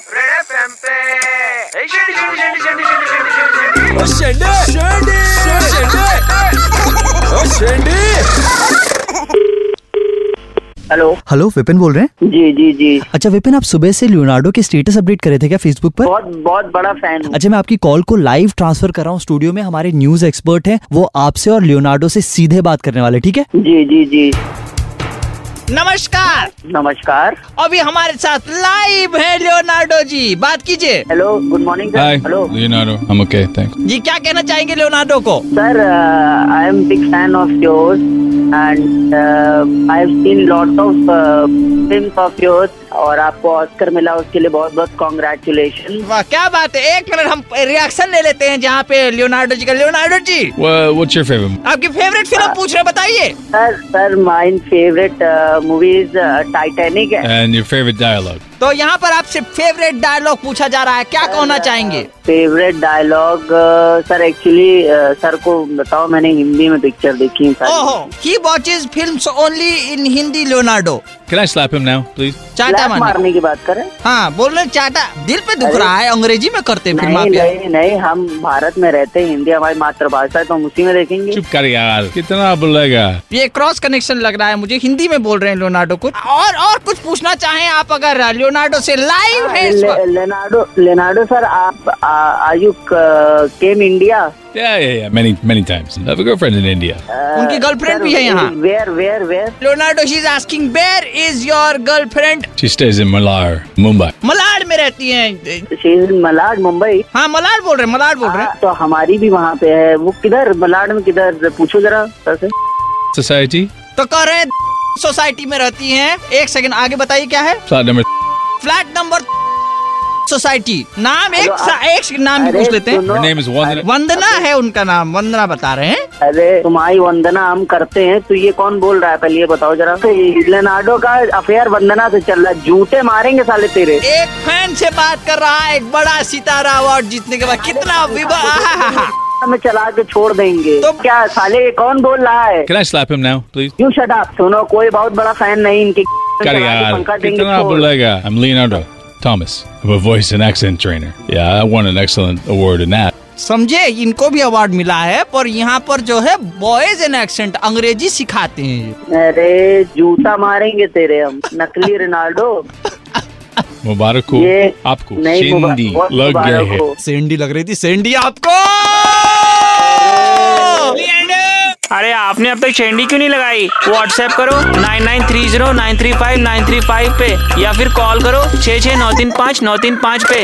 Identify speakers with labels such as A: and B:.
A: Time पे ए, शेंडी, शेंडी, शेंडी, शेंडी, शेंडी, शेंडी, शेंडी, शेंडी।
B: शेंडे शेंडे शेंडे शेंडे
C: हेलो
D: हेलो विपिन बोल रहे हैं
C: जी जी जी
D: अच्छा विपिन आप सुबह से लियोनार्डो के स्टेटस अपडेट करे थे क्या फेसबुक पर
C: बहुत बहुत बड़ा फैन हूँ
D: अच्छा मैं आपकी कॉल को लाइव ट्रांसफर कर रहा हूँ स्टूडियो में हमारे न्यूज एक्सपर्ट हैं वो आपसे और लियोनार्डो से सीधे बात करने वाले ठीक है
C: जी जी जी
E: नमस्कार
C: नमस्कार
E: अभी हमारे साथ लाइव है लियोनार्डो जी बात कीजिए
C: hello good morning
F: Hi,
C: sir hello
F: Leonardo. I'm okay, thanks.
E: जी क्या कहना चाहेंगे लियोनार्डो को
C: sir I am big fan of yours and I have seen lots of films of yours और आपको ऑस्कर मिला उसके लिए बहुत बहुत कॉन्ग्रेचुलेशन
E: वाह क्या बात है एक मिनट हम रिएक्शन ले लेते हैं जहाँ पे लियोनार्डो जी का Leonardo ji
F: Well, what's your favorite? movie?
E: आपकी फेवरेट फिल्म पूछ रहे हैं, बताइए
C: sir sir my favourite movie is Titanic
F: And your favorite dialogue?
E: तो यहाँ पर आपसे फेवरेट डायलॉग पूछा जा रहा है क्या कहना चाहेंगे
C: favourite dialogue sir actually sir uh, को बताओ मैंने हिंदी में पिक्चर देखी है
E: ओहो
C: sir
E: he watches film only in Hindi Leonardo
F: Can I slap him now, please?
E: चाटा मारने
C: मारने की बात करें
E: हाँ बोल रहे हैं चाटा दिल पे दुख
C: अरे।
E: रहा है अंग्रेजी में करते हैं फिल्म
C: नहीं
E: आप यार।
C: नहीं नहीं हम भारत में रहते हैं हिंदी हमारी मातृभाषा है तो हम उसी में देखेंगे
F: चुप कर यार कितना बोलेगा
E: ये क्रॉस कनेक्शन लग रहा है मुझे हिंदी में बोल रहे हैं लियोनार्डो को और और कुछ पूछना चाहें आप अगर लियोनार्डो से लाइव है इस वक्त।
C: ले- लेनार्डो लेनार्डो सर आप are you came India
F: Yeah, yeah, yeah. Many, many times. I have a girlfriend in India.
E: उनकी गर्लफ्रेंड भी है यहाँ
C: where where where
E: Leonardo she is asking where is your girlfriend
F: She stays in Malar, Mumbai.
E: Malad में रहती हैं
C: she is Malad Mumbai
E: हाँ मलाड बोल रहे हैं मलाड बोल रहे हैं
C: हाँ, तो हमारी भी वहाँ पे है वो किधर मलाड में किधर पूछो जरा सर से
F: Society?
C: हाँ।
E: तो कह रहे हैं सोसाइटी में रहती हैं एक सेकंड आगे बताइए क्या है
F: Plot number.
E: Flat number society नाम एक
C: हेलो,
E: सा- एक से- नाम भी
C: अरे
E: पूछ लेते हैं
C: सुनो,
F: Her name is Wandana.
E: वंदना है उनका नाम वंदना बता रहे हैं
C: अरे तुम्हारी वंदना हम करते हैं तो ये कौन बोल रहा है पहले ये बताओ जरा लेनार्डो का अफेयर वंदना से चल रहा है जूते मारेंगे साले तेरे
E: एक फैन से बात कर रहा है एक बड़ा सितारा अवार्ड जीतने के बाद कितना विवाह
C: हमें चला के छोड़ देंगे
E: तो-
C: क्या साले ये कौन बोल रहा है
F: Can I slap him now, please?
C: क्यों शट आप सुनो कोई बहुत बड़ा फैन नहीं इनके
F: कर
C: चला के
F: यार
C: पंखा देंगे
F: कितना
C: छोड़।
F: बोलेगा I'm Leonardo Thomas. I'm a voice and accent trainer. Yeah, I won an excellent award in that.
E: समझे इनको भी अवार्ड मिला है पर यहाँ पर जो है बॉयज एंड एक्सेंट अंग्रेजी सिखाते हैं ये।
C: अरे जूता मारेंगे तेरे हम नकली रोनाल्डो
F: मुबारक हो
C: ये
F: आपको
C: नहीं मुबारक-
F: शिंदी
C: बहुत
F: लग गए
C: मुबारक
F: है
C: हो।
E: सेंडी लग रही थी सेंडी आपको
G: अरे आपने अब तक शेंडी क्यों नहीं लगाई व्हाट्सएप करो 9930935935 पे या फिर कॉल करो 66935 935 पे